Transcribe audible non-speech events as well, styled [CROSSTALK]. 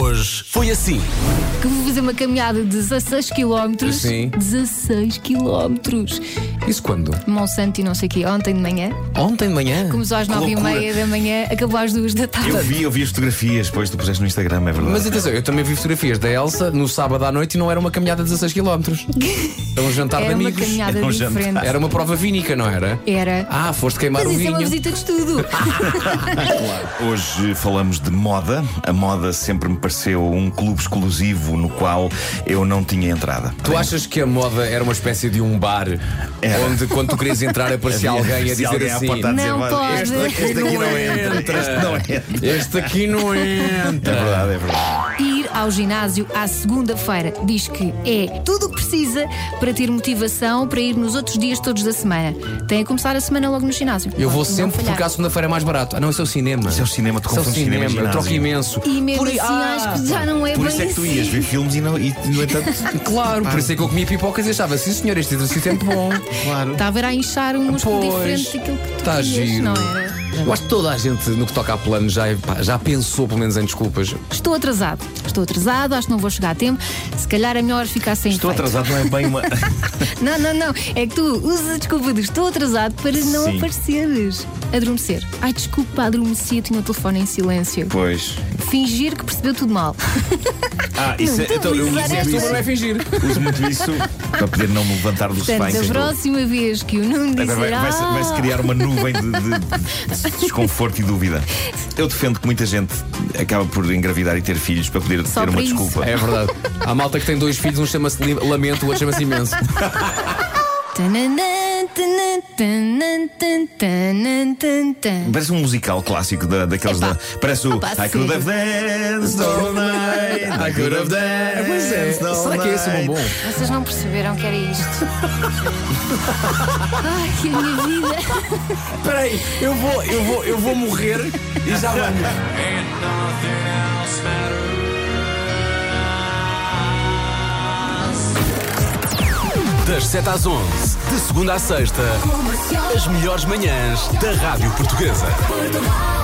Hoje foi assim. que vou fazer uma caminhada de 16 km. Sim. 16 km. Isso quando? Monsanto e não sei o quê, ontem de manhã. Ontem de manhã. Começou às Que 9h30 loucura. da manhã, acabou às 2 da tarde. Eu vi, eu vi as fotografias, depois tu puseste no Instagram, é verdade. Mas atenção, eu também vi fotografias da Elsa no sábado à noite e não era uma caminhada de 16 km. [LAUGHS] Era um jantar de Era uma amigos. caminhada Era um diferente. jantar. Era uma prova vínica, não era? Era. Ah, foste queimar Mas o isso é vinho. uma visita de [LAUGHS] estudo. Hoje falamos de moda. A moda sempre me pareceu um clube exclusivo no qual eu não tinha entrada. Tu achas que a moda era uma espécie de um bar Era. onde quando tu querias entrar aparecia alguém a Se dizer alguém à assim. porta a dizer, Não "Vá, pode. Este, daqui- este daqui Não não entra." entra. Este não entra. Este aqui não É entra. verdade, é verdade. Ir ao ginásio à segunda-feira diz que é tudo o que precisa para ter motivação para ir nos outros dias todos da semana. Tem a começar a semana logo no ginásio. Eu vou Não sempre falhar. porque à segunda-feira é mais barato. Ah, não, isso é o cinema. Isso é o cinema, tu Isso é o confundes cinema e cinema. Eu troco ginásio. imenso. E mesmo Por assim aí- Ah! acho que já não é Por bem isso é que tu assim. ias ver filmes e, não, e no entanto. Claro, por Claro. isso é que eu comia pipocas e achava, sim senhor, este exercício é muito [LAUGHS] bom. Claro. Estava a ver a inchar um músculo Pois, diferente daquilo que tu tá querias, giro. não era? Eu acho que toda a gente no que toca a plano já, pá, já pensou pelo menos em desculpas. Estou atrasado. Estou atrasado, acho que não vou chegar a tempo. Se calhar é melhor ficar sem [LAUGHS] Estou efeito. atrasado, não é bem uma. Não, não, não. É que tu usas a desculpa do estou atrasado para não Sim. apareceres. Adormecer. Ai, desculpa, adormeci, eu tinha o telefone em silêncio. [LAUGHS] Pois. Fingir que percebeu tudo mal. Ah, isso Não, é. Então, estou eu uso a avisar muito esta. Não isso, é fingir. uso muito isso para poder não me levantar então. do sofá em Portanto, a sexto. próxima vez que o Nuno Agora disser vai- vai-se "Ah", vai-se criar uma nuvem [LAUGHS] de, de- de desconforto e dúvida. Eu defendo que muita gente acaba por engravidar e ter filhos para poder Só ter uma para isso. desculpa. É verdade. Há malta que tem dois filhos, um chama-se Li- Lamento, o outro chama-se Imenso. Tananã, tananã, tananã, tananã, tananã. Parece um musical clássico da, daqueles Epá. da. Parece o Opa, I could have danced [LAUGHS] all night. I could have danced. Pois é. all Será que é esse o night. bombom? Vocês não perceberam que era isto. Ai, que a minha vida. Espera aí, eu vou, eu, vou, eu vou morrer e já vamos. and nothing else matters. Das 7 às 11, de segunda à sexta, as melhores manhãs da Rádio Portuguesa. Portugal.